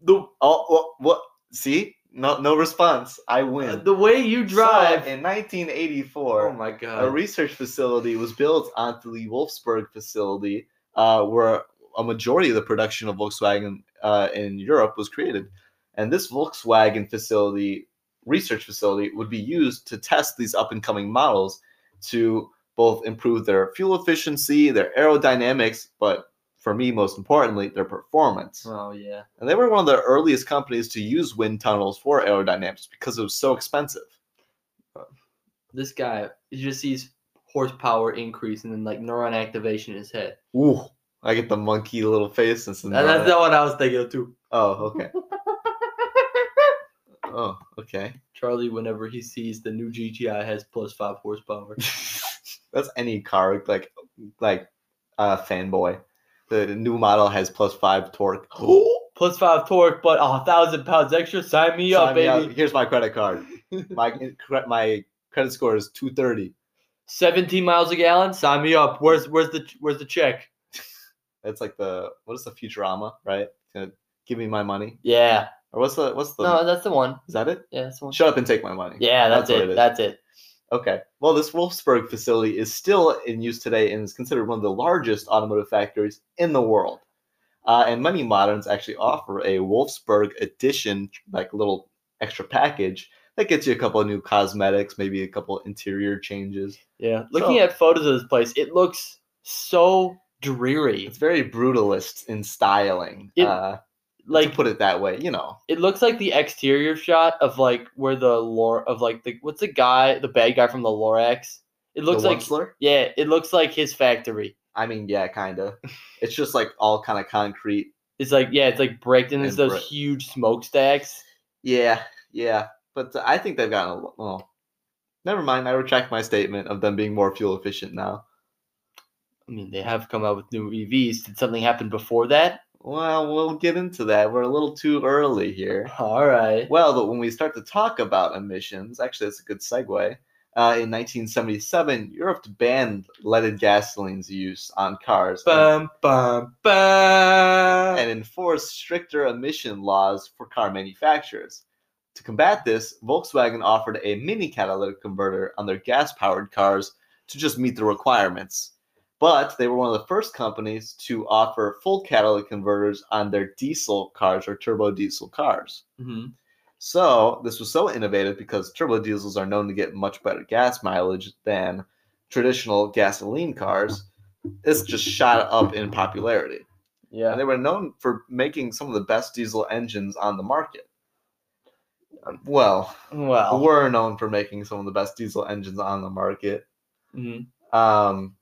The oh, what, what? See, no, no response. I win. Uh, The way you drive. So, in 1984. oh my a god. research facility was built onto the Wolfsburg facility, uh, where a majority of the production of Volkswagen uh, in Europe was created. And this Volkswagen facility, research facility, would be used to test these up and coming models to both improve their fuel efficiency, their aerodynamics, but for me, most importantly, their performance. Oh yeah. And they were one of the earliest companies to use wind tunnels for aerodynamics because it was so expensive. This guy he just sees horsepower increase and then like neuron activation in his head. Ooh, I get the monkey little face and some. And that's not what I was thinking of too. <laughs> Oh, okay. oh, okay. <laughs> Charlie, whenever he sees the new GTI has plus five <laughs> horsepower. That's any car like like uh fanboy. The new model has plus five <gasps> torque. plus five torque, but a thousand pounds extra. Sign me <gasps> up, Sign me baby. Here's my credit <laughs> card. My cre- my credit score is two thirty. Seventeen miles a gallon. Sign me up. Where's where's the where's the check? That's like the what is the Futurama, right? Gonna give me my money. Yeah. Or what's the what's the No, that's the one. is that it? Yeah, that's the one. Shut up and take my money. Yeah, that's, That's what it it. is. That's it. Okay. Well, this Wolfsburg facility is still in use today and is considered one of the largest automotive factories in the world. Uh, and many moderns actually offer a Wolfsburg edition, like little extra package that gets you a couple of new cosmetics, maybe a couple interior changes. Yeah. Looking So- at photos of this place, it looks so dreary. It's very brutalist in styling, It- uh, like Like to put it that way. You know, it looks like the exterior shot of like where the lore of like the what's the guy the bad guy from the Lorax. It looks the like Wurtzler? yeah, it looks like his factory. I mean, yeah, kind of. <laughs> It's just like all kind of concrete. It's like yeah, it's like bricked and there's And those brick. huge smokestacks. Yeah, yeah. But I think they've gotten a lot. Well, never mind. I retract my statement of them being more fuel efficient now. I mean, they have come out with new EVs. Did something happen before that? <laughs> Well, we'll get into that. We're a little too early here. All right. Well, but when we start to talk about emissions, actually, that's a good segue. Uh, in 1977, Europe banned leaded gasoline's use on cars and, Bum bum bum. and enforced stricter emission laws for car manufacturers. To combat this, Volkswagen offered a mini catalytic converter on their gas powered cars to just meet the requirements. But they were one of the first companies to offer full catalytic converters on their diesel cars or turbo diesel cars. Mhm. So this was so innovative because turbo diesels are known to get much better gas mileage than traditional gasoline cars. This just shot up in popularity. And Yeah. they were known for making some of the best diesel engines on the market. Well, Well. we're known for making some of the best diesel engines on the market. mhm. Um,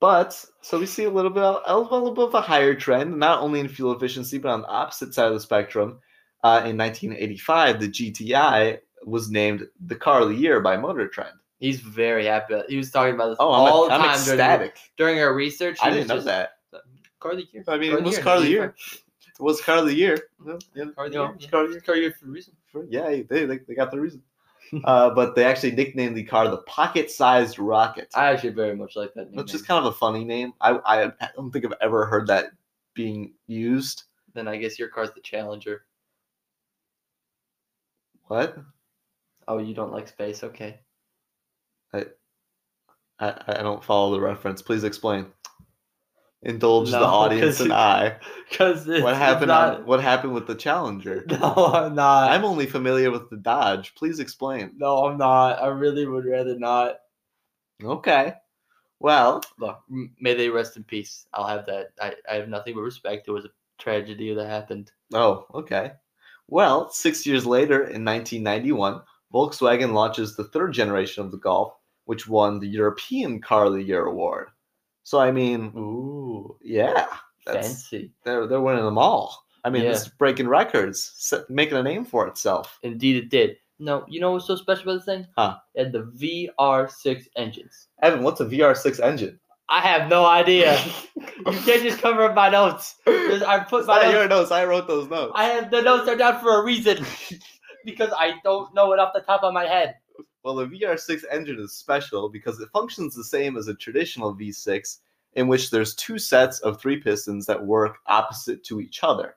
but so we see a little bit, a little bit of a higher trend, not only in fuel efficiency, but on the opposite side of the spectrum. Uh, in 1985, the GTI was named the car of the year by Motor Trend. He's very happy. He was talking about this Oh, I'm, all the I'm time during- ecstatic. During, our research. he I was didn't know just- that. Car of the year. I mean, Car it of was the car of the year. year. It was car of the year. Yeah, yeah, Car of the you know, year. it's yeah. car of the year. Car of the year for a reason. Sure, Yeah, they, they, they got the reason. <laughs> uh, but they actually nicknamed the car the pocket sized rocket, I actually very much like that. Nickname. which is kind of a funny name. I, I don't think I've ever heard that being used. Then I guess your car's the Challenger. What? Oh, you don't like space? Okay. <laughs> I, I don't follow the reference. Please explain. Indulge the No, audience 'cause and it- I. Because What happened on what happened with the Challenger? <laughs> No, I'm not. I'm only familiar with the Dodge. Please explain. no, I'm not. I really would rather not. Okay. Well, Look, m- may they rest in peace. I'll have that. I, I have nothing but respect. It was a tragedy that happened. Oh, okay. Well, six years later, in 1991, Volkswagen launches the third generation of the Golf, which won the European Car of the Year award. So, I mean, Ooh, yeah, that's, fancy. they're they're winning them all. I mean, Yeah. it's breaking records, se- making a name for itself. Indeed, it did. No, you know what's so special about this thing? Huh. It had the VR6 engines. Evan, what's a VR6 engine? <laughs> I have no idea. you It's can't just cover up my notes. There's- I put my not notes your notes. I wrote those notes. uh, I have the notes are down for a reason <laughs> because I don't know it off the top of my head. Well, the VR6 engine is special because it functions the same as a traditional V6, in which there's two sets of three pistons that work opposite to each other.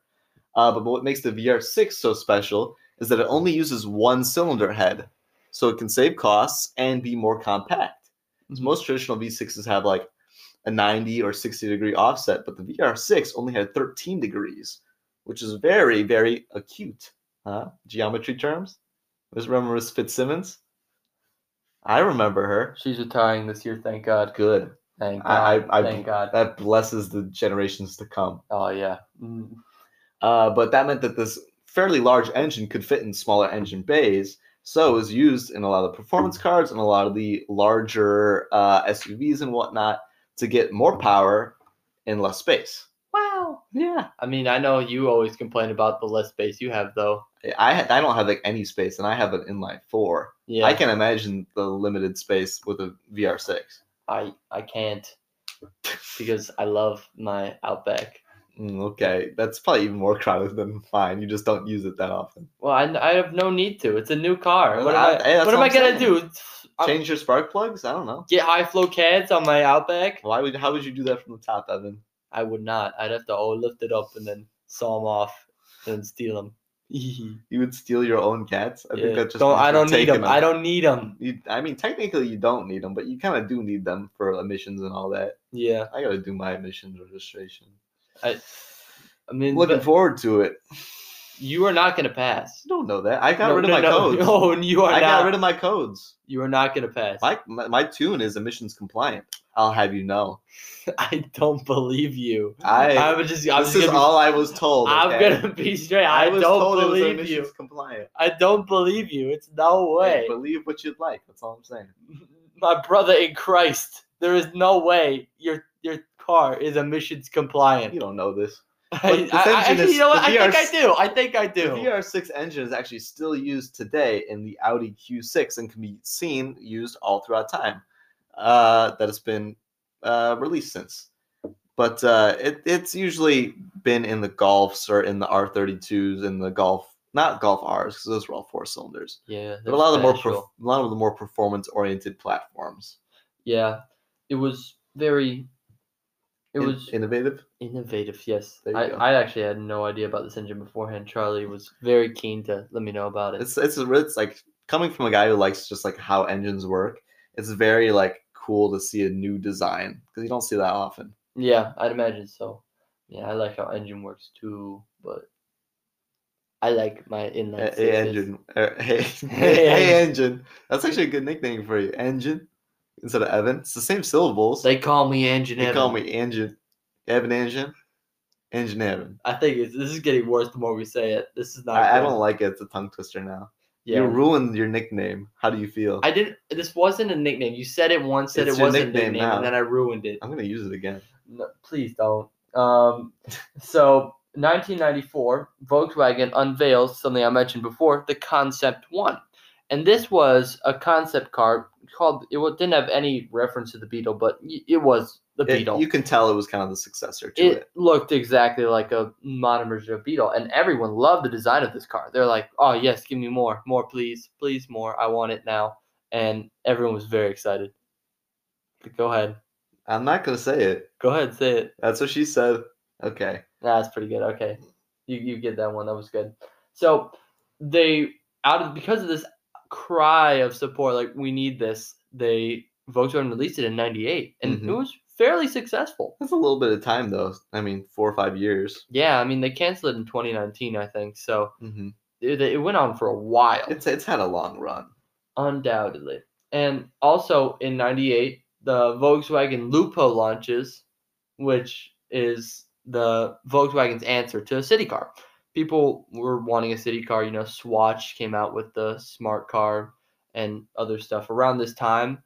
Uh, but what makes the VR6 so special is that it only uses one cylinder head, so it can save costs and be more compact. So most traditional V6s have like a 90 or 60 degree offset, but the VR6 only had 13 degrees, which is very, very acute. Huh? Geometry terms? This remember Miss Fitzsimmons? I remember her. She's retiring this year, thank God. Good. Thank I- God. I- I- thank God. That blesses the generations to come. oh yeah. Uh, but that meant that this fairly large engine could fit in smaller engine bays. So it was used in a lot of the performance cars and a lot of the larger uh, SUVs and whatnot to get more power in less space. Wow. Yeah, I mean, I know you always complain about the less space you have, though. I ha- I don't have like any space, and I have an inline four. Yeah. I can imagine the limited space with a VR6. I I can't because I love my Outback. <laughs> Mm, okay, that's probably even more crowded than mine. You just don't use it that often. Well, I, I have no need to. It's a new car. Well, What am I- I, hey, that's what am what I I'm gonna saying. do? I'm- Change your spark plugs? I don't know. Get high flow cans on my Outback? Why would? How would you do that from the top, Evan? I would not. I'd have to all lift it up and then saw them off and then steal them. <laughs> You would steal your own cats? I think that just don't, means I you're don't need taking them. I don't need them. You, I mean, technically, you don't need them, but you kind of do need them for emissions and all that. Yeah. I gotta do my emissions registration. I I mean, Looking but forward to it. you are not gonna pass. You don't know that. I got No, rid of no, Oh my codes. no, <laughs> No, and you are I not. got rid of my codes. you are not gonna pass. My, my my tune is emissions compliant. I'll have you know. <laughs> I don't believe you. I- I would just. I'm this just is gonna be- all I was told. I'm okay? gonna be straight. I I, was don't told it was believe emissions you. compliant. I don't believe you. It's no Hey, way. believe what you'd like. That's all I'm saying. My brother in Christ, there is no way your your car is emissions You compliant. don't know this. I, Look, this I- I- engine actually, is- you know what? the I think I VRs do. I think I The do. VR6 engine is actually still used today in the Audi Q6 and can be seen used all throughout time uh, that has been uh, released since. But uh, it, it's usually been in the Golfs or in the R32s and the Golf, not Golf Rs, because those were all four cylinders. yeah, But a lot of the more, special. perf- a lot of the more performance-oriented platforms. yeah, it was very. It In- was innovative. innovative. Yes, There you I, go. I actually had no idea about this engine beforehand. Charlie was very keen to let me know about it. It's it's a- it's like coming from a guy who likes just like how engines work. It's very like cool to see a new design because you don't see that often. Yeah, I'd imagine so. Yeah, I like how engine works too, but I like my inline Hey, hey, sixes. engine. er, <laughs> Hey, hey, Hey, engine. That's actually a good nickname for you. Engine instead of Evan. It's the same syllables. They, They call me engine. Evan. call me engine. Evan engine. Engine Evan. I think it's, this is getting worse the more we say it. This is not. I, I good. don't like it. It's a tongue twister now. Yeah, You ruined your nickname. How do you feel? I, I didn't. This wasn't a nickname. You said it once. Said It's it your wasn't nickname a nickname, now. and then I ruined it. am gonna use it again. No, please don't. Um, <laughs> so 1994, Volkswagen unveils something I mentioned before, the Concept One, and this was a concept car called. It wa- didn't have any reference to the Beetle, but y- it was the It- Beetle. you can tell it was kind of the successor to it it. looked exactly like a modern version of Beetle, and everyone loved the design of this car. They're like, "Oh yes, give me more, more, please, please, more. I want it now." And everyone was very excited. Go ahead, I'm not gonna say it. go ahead, say it. That's what she said. Okay. Nah, That's pretty good. Okay, you you get that one. That was good. So they out of because of this cry of support, like we need this. They Volkswagen released it in '98, and it Mhm. was fairly successful. That's a little bit of time though. I mean, four or five years. Yeah, I mean they canceled it in 2019, I think. So Mm-hmm. it, it went on for a while, It's it's had a long run. undoubtedly. And also in '98, the Volkswagen Lupo launches, which is the Volkswagen's answer to a city car. People were wanting a city car. You know, Swatch came out with the smart car and other stuff around this time,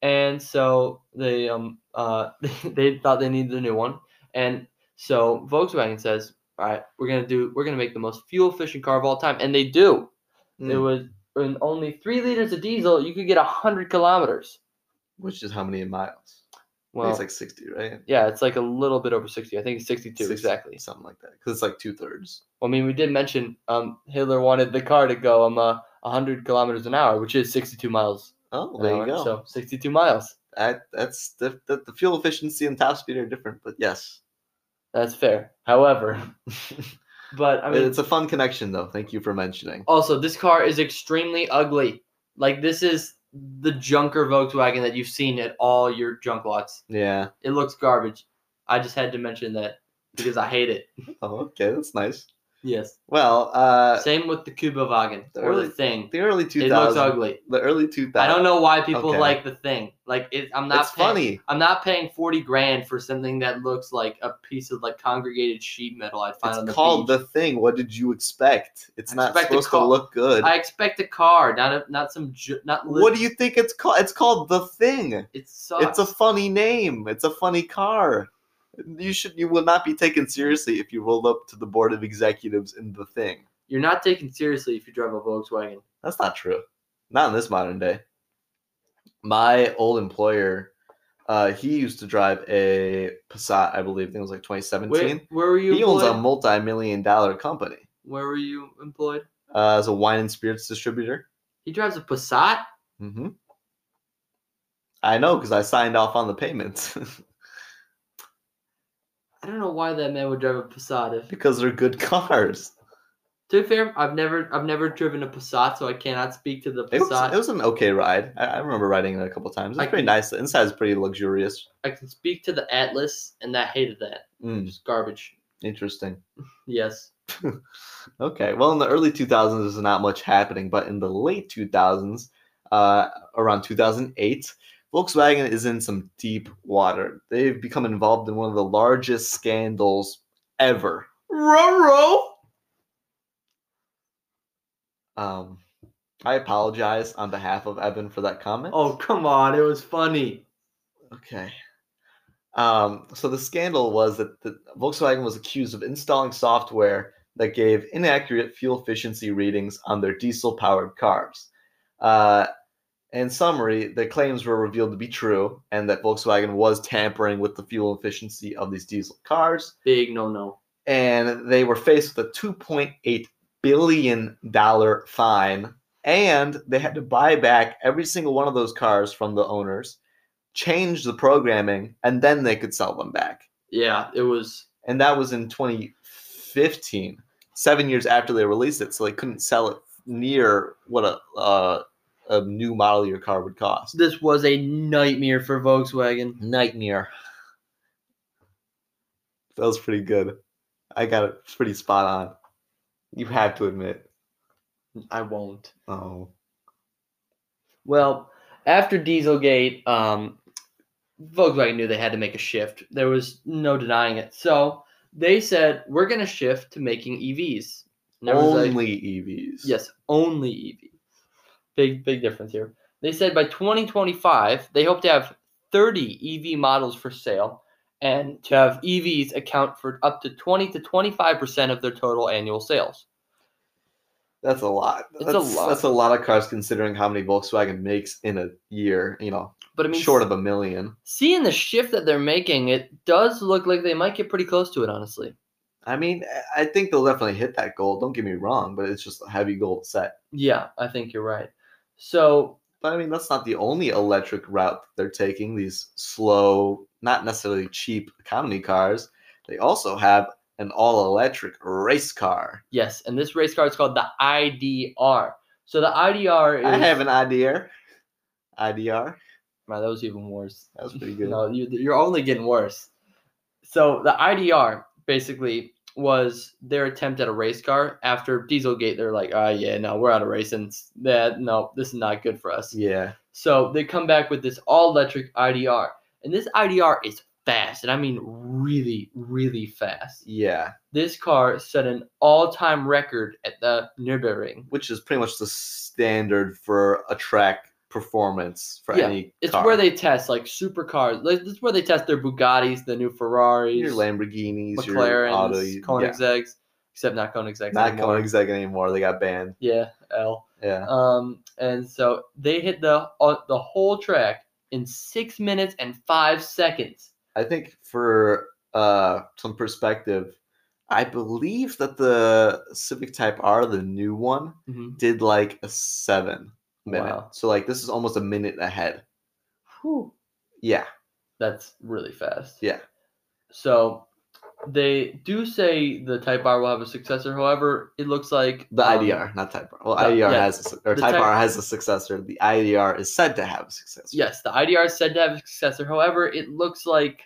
and so they um <laughs> uh they thought they needed a new one, and so Volkswagen says, all right, we're gonna do we're gonna make the most fuel efficient car of all time, and they do. It Mm. was in only three liters of diesel, you could get hundred kilometers. Which is how many miles? I Well, think it's like 60, right? yeah, it's like a little bit over sixty. I think it's sixty-two 60, exactly. Something like that. Because it's like two thirds. Well, I mean, we did mention um, Hitler wanted the car to go um uh, hundred kilometers an hour, which is sixty-two miles. Oh, an there hour, you go. So sixty-two miles. I, that's the, the, the fuel efficiency and top speed are different, but yes, That's fair. However, <laughs> but I mean, it's a fun connection though. Thank you for mentioning. also this car is extremely ugly. Like this is the junker Volkswagen that you've seen at all your junk lots. Yeah. It looks garbage. I just had to mention that because I hate it. Oh, okay, that's nice. Yes. Well, uh, Same with the Cuba Wagen the or the early- thing. the early It looks 2000s, ugly. the early 2000s. I don't know why people Okay. like the thing. Like it, I'm not. it's paying, funny. I'm not paying forty grand for something that looks like a piece of like congregated sheet metal I'd find on It's the called beach. the thing. What did you expect? It's I not expect a supposed to car. look good. I expect a car, not a, not some ju- not. lit- what do you think it's called? It's called the thing. It sucks. It's a funny name. It's a funny car. You should. You will not be taken seriously if you roll up to the board of executives in the thing. You're not taken seriously if you drive a Volkswagen. That's not true. Not in this modern day. My old employer, uh, he used to drive a Passat, I believe. I think it was like 2017. Where, where were you he owns a employed? multi-million dollar company Where were you employed? uh, as a wine and spirits distributor. He drives a Passat. hmm I know because I signed off on the payments <laughs> I don't know why that man would drive a Passat. If, because they're good <laughs> cars. to be fair, I've never I've never driven a Passat, so I cannot speak to the It was, Passat. it was an okay ride. I, I remember riding it a couple times. I It's pretty can- nice. The inside's pretty luxurious. I can speak to the Atlas, and I hated that. Mm, Just garbage. interesting. Yes. Okay. Well, in the early 2000s, there's not much happening, but in the late 2000s, uh, around 2008, Volkswagen is in some deep water. They've become involved in one of the largest scandals ever. Roro. Um, I apologize on behalf of Evan for that comment. Oh come on, it was funny. Okay. Um, so the scandal was that the Volkswagen was accused of installing software that gave inaccurate fuel efficiency readings on their diesel powered cars. Uh, in summary, the claims were revealed to be true and that Volkswagen was tampering with the fuel efficiency of these diesel cars. Big no no. And they were faced with a $2.8 billion fine. And they had to buy back every single one of those cars from the owners change the programming and then they could sell them back. Yeah, it was. And that was in 2015, seven years after they released it. So they couldn't sell it near what a, uh, a new model year car would cost. This was a nightmare for Volkswagen. Nightmare. That was pretty good. I got it pretty spot on. You have to admit. I won't. Oh. Well, after Dieselgate, um, Volkswagen knew they had to make a shift. There was no denying it. So they said, we're going to shift to making EVs. And everyone's like, Only E EVs. yes, only EV. Big, big difference here. They said by 2025, they hope to have 30 EV models for sale and to have EVs account for up to 20 to 25% of their total annual sales. That's a lot. It's a that's, lot. That's a lot of cars considering how many Volkswagen makes in a year, you know, But I mean, short of a million. seeing the shift that they're making, it does look like they might get pretty close to it, honestly. I mean, I- I think they'll definitely hit that goal. Don't get me wrong, but it's just a heavy goal set. Yeah, I think you're right. So But I mean, that's not the only electric route that they're taking. These slow, not necessarily cheap economy cars. They also have an all electric race car. yes, and this race car is called the IDR. So the IDR is I have an IDR. IDR. Wow, that was even worse. That was <laughs> pretty good. No, you, you're only getting worse. So the IDR basically was their attempt at a race car after Dieselgate. They're like, ah, yeah, no, we're out of racing. That no, this is not good for us. Yeah. So they come back with this all electric IDR, and this IDR is fast, and I mean really, really fast. Yeah. this car set an all-time record at the Nürburgring. Which is pretty much the standard for a track performance for Yeah, any It's car. where they test like supercars. Like, this is where they test their Bugattis, the new Ferraris, your Lamborghinis, your Auto, McLarens, Koenigshags, except not Koenigshags not anymore. Koenigsegg anymore. They got banned. Yeah, L. Yeah. Um, and so they hit the uh, the whole track in six minutes and five seconds. I think for uh, some perspective, I believe that the Civic Type R, the new one, Mhm. did like a seven minute. Wow. So like this is almost a minute ahead. Whew. Yeah. That's really fast. Yeah. So they do say the Type R will have a successor. However, it looks like The um, IDR, not Type R. Well, the- IDR yeah. has a, su- or The Type Type- R has a successor. The IDR is said to have a successor. Yes, the IDR is said to have a successor. However, it looks like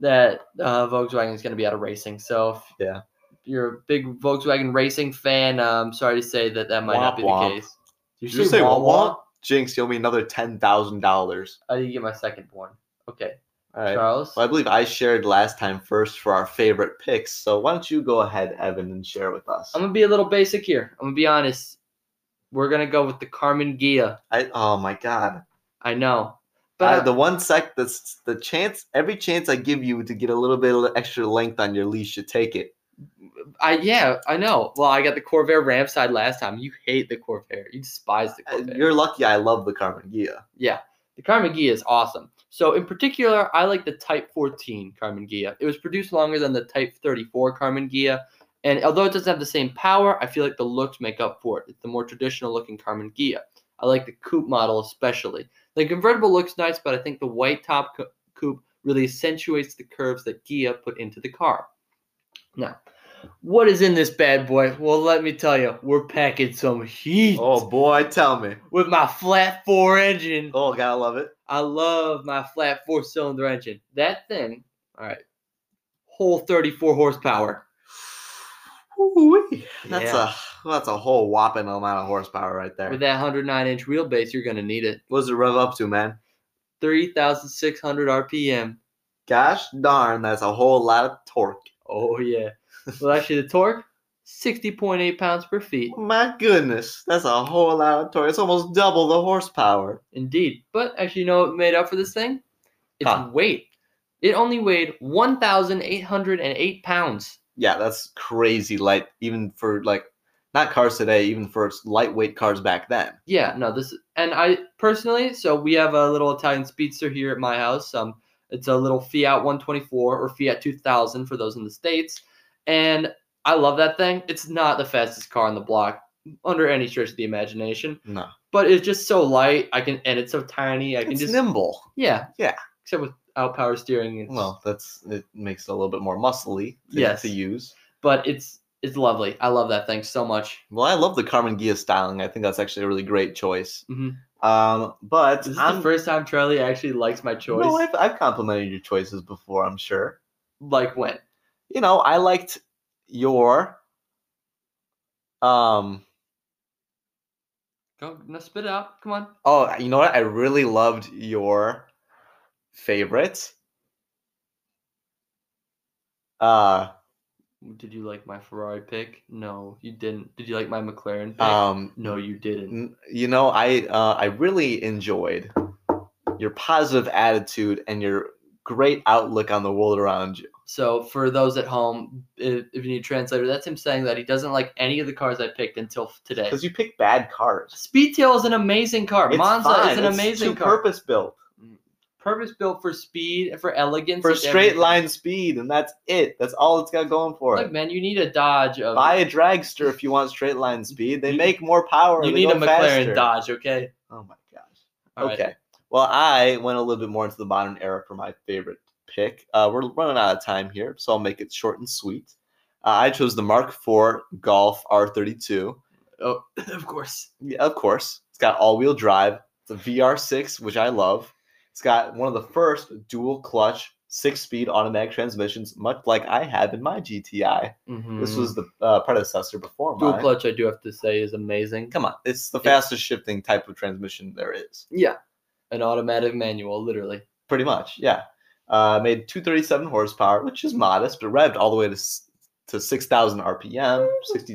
that uh, Volkswagen is going to be out of racing. So if Yeah. you're a big Volkswagen racing fan, I'm sorry to say that that might Womp not be womp. the case. Did you say womp womp? Jinx, you owe me another ten thousand dollars. I didn't get my second one. Okay, All right. Charles. Well, I believe I shared last time first for our favorite picks. So why don't you go ahead, Evan, and share with us? I'm gonna be a little basic here. I'm gonna be honest. We're gonna go with the Carmen Gia. I oh my god! I know, I- but uh, the one sec, the s- the chance, every chance I give you to get a little bit of extra length on your leash, you take it. I yeah, I know. Well, I got the Corvair Ramside last time. You hate the Corvair. You despise the Uh, Corvair. You're lucky. I love the Carmen Gia. Yeah, the Carmen Ghia is awesome. So in particular, I like the Type 14 Carmen Ghia. It was produced longer than the Type 34 Carmen Ghia, and although it doesn't have the same power, I feel like the looks make up for it. It's the more traditional looking Carmen Ghia. I like the coupe model especially. The convertible looks nice, but I think the white top cou- coupe really accentuates the curves that Ghia put into the car. Now, what is in this bad boy? Well, let me tell you, we're packing some heat Oh <laughs> boy, tell me. with my flat four engine. Oh, gotta love it. I love my flat four cylinder engine. That thing, all right, whole 34 horsepower. Ooh-wee. That's Yeah. a well, that's a whole whopping amount of horsepower right there. With that 109 inch wheelbase, you're going to need it. What does it rev up to, man? 3,600 RPM. Gosh darn, that's a whole lot of torque. Oh, yeah. well, actually, the torque, 60.8 pounds per feet. My goodness, that's a whole lot of torque. It's almost double the horsepower. Indeed. But actually, you know what made up for this thing? Its Huh. weight. It only weighed 1,808 pounds. Yeah, that's crazy light, even for like not cars today, even for lightweight cars back then. Yeah, no, this and I personally, so we have a little Italian speedster here at my house. Um, it's a little Fiat 124 or Fiat 2000 for those in the states, and I love that thing. It's not the fastest car on the block under any stretch of the imagination, No, but it's just so light. I can and it's so tiny. I can it's just nimble. yeah Yeah. Except without power steering, it's, Well, that's it makes it a little bit more muscly to, Yes. to use. but it's it's lovely. I love that thing so much. Well, I love the Carmen Gia styling. I think that's actually a really great choice. Mhm. Um, but This is I'm, the first time Charlie actually likes my choice. No, I've, I've complimented your choices before, I'm sure. like when? You know, I liked your um Go, no, spit it out. Come on. oh, you know what? I really loved your favorite uh Did you like my Ferrari pick? No, you didn't. Did you like my McLaren pick? um no, you didn't. n- you know, I uh I really enjoyed your positive attitude and your great outlook on the world around you. So for those at home, if, if you need a translator, that's him saying that he doesn't like any of the cars I picked until f- today. Cuz you pick bad cars. Speedtail is an amazing car. It's Monza fine, is an it's amazing too car. purpose built. Purpose built for speed, and for elegance, for it's straight everything. line speed, and that's it. That's all it's got going for Look, it. man, you need a Dodge. Of, Buy a dragster if you want straight line speed. They You- make more power. you they need a go McLaren faster. Dodge, okay? Oh my gosh. All right. okay. Well, I went a little bit more into the modern era for my favorite pick. Uh, we're running out of time here, so I'll make it short and sweet. Uh, I chose the Mark IV Golf R32. Oh, <laughs> of course. Yeah, of course. It's got all wheel drive. It's a VR6, which I love. It's got one of the first dual clutch six speed automatic transmissions, much like I have in my GTI. This was the uh, predecessor before Mm. Mm-hmm. dual mine. clutch. I do have to say is amazing. Come on, it's the fastest shifting type of transmission there is. Yeah, an automatic manual, literally. Pretty much, yeah. Uh, made 237 horsepower, which is modest, but revved all the way to s- to 6,000 RPM,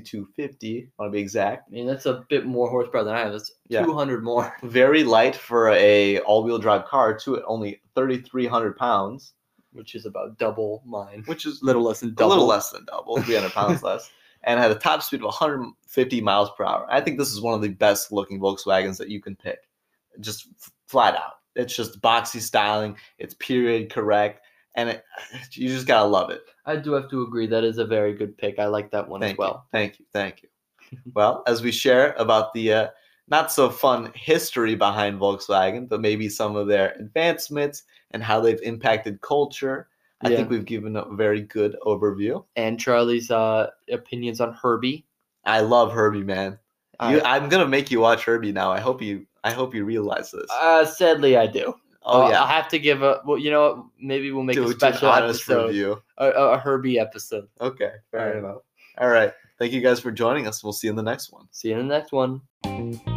6250, want to be exact. I mean, that's a bit more horsepower than I have. That's Yeah. 200 more. <laughs> very light for a all-wheel drive car too at only 3300 pounds which is about double mine. which is less than a little less than double 300 pounds less and had a top speed of 150 miles per hour i think this is one of the best looking volkswagens that you can pick just f- flat out it's just boxy styling it's period correct and it, <sighs> you just gotta love it I do have to agree that is a very good pick. I like that one thank as well. you thank you thank you well as we share about the uh, not so fun history behind Volkswagen, but maybe some of their advancements and how they've impacted culture. I Yeah. think we've given a very good overview. and Charlie's uh, opinions on Herbie. I love Herbie, man. I- You, I'm gonna make you watch Herbie now. I hope you. I hope you realize this. uh, sadly, I do. oh Uh, yeah, I have to give a. Well, you know what? Maybe we'll make do, a do special an honest episode, review. a, a a Herbie episode. Okay, fair Alright. enough. All right. Thank you guys for joining us. We'll see you in the next one. See you in the next one.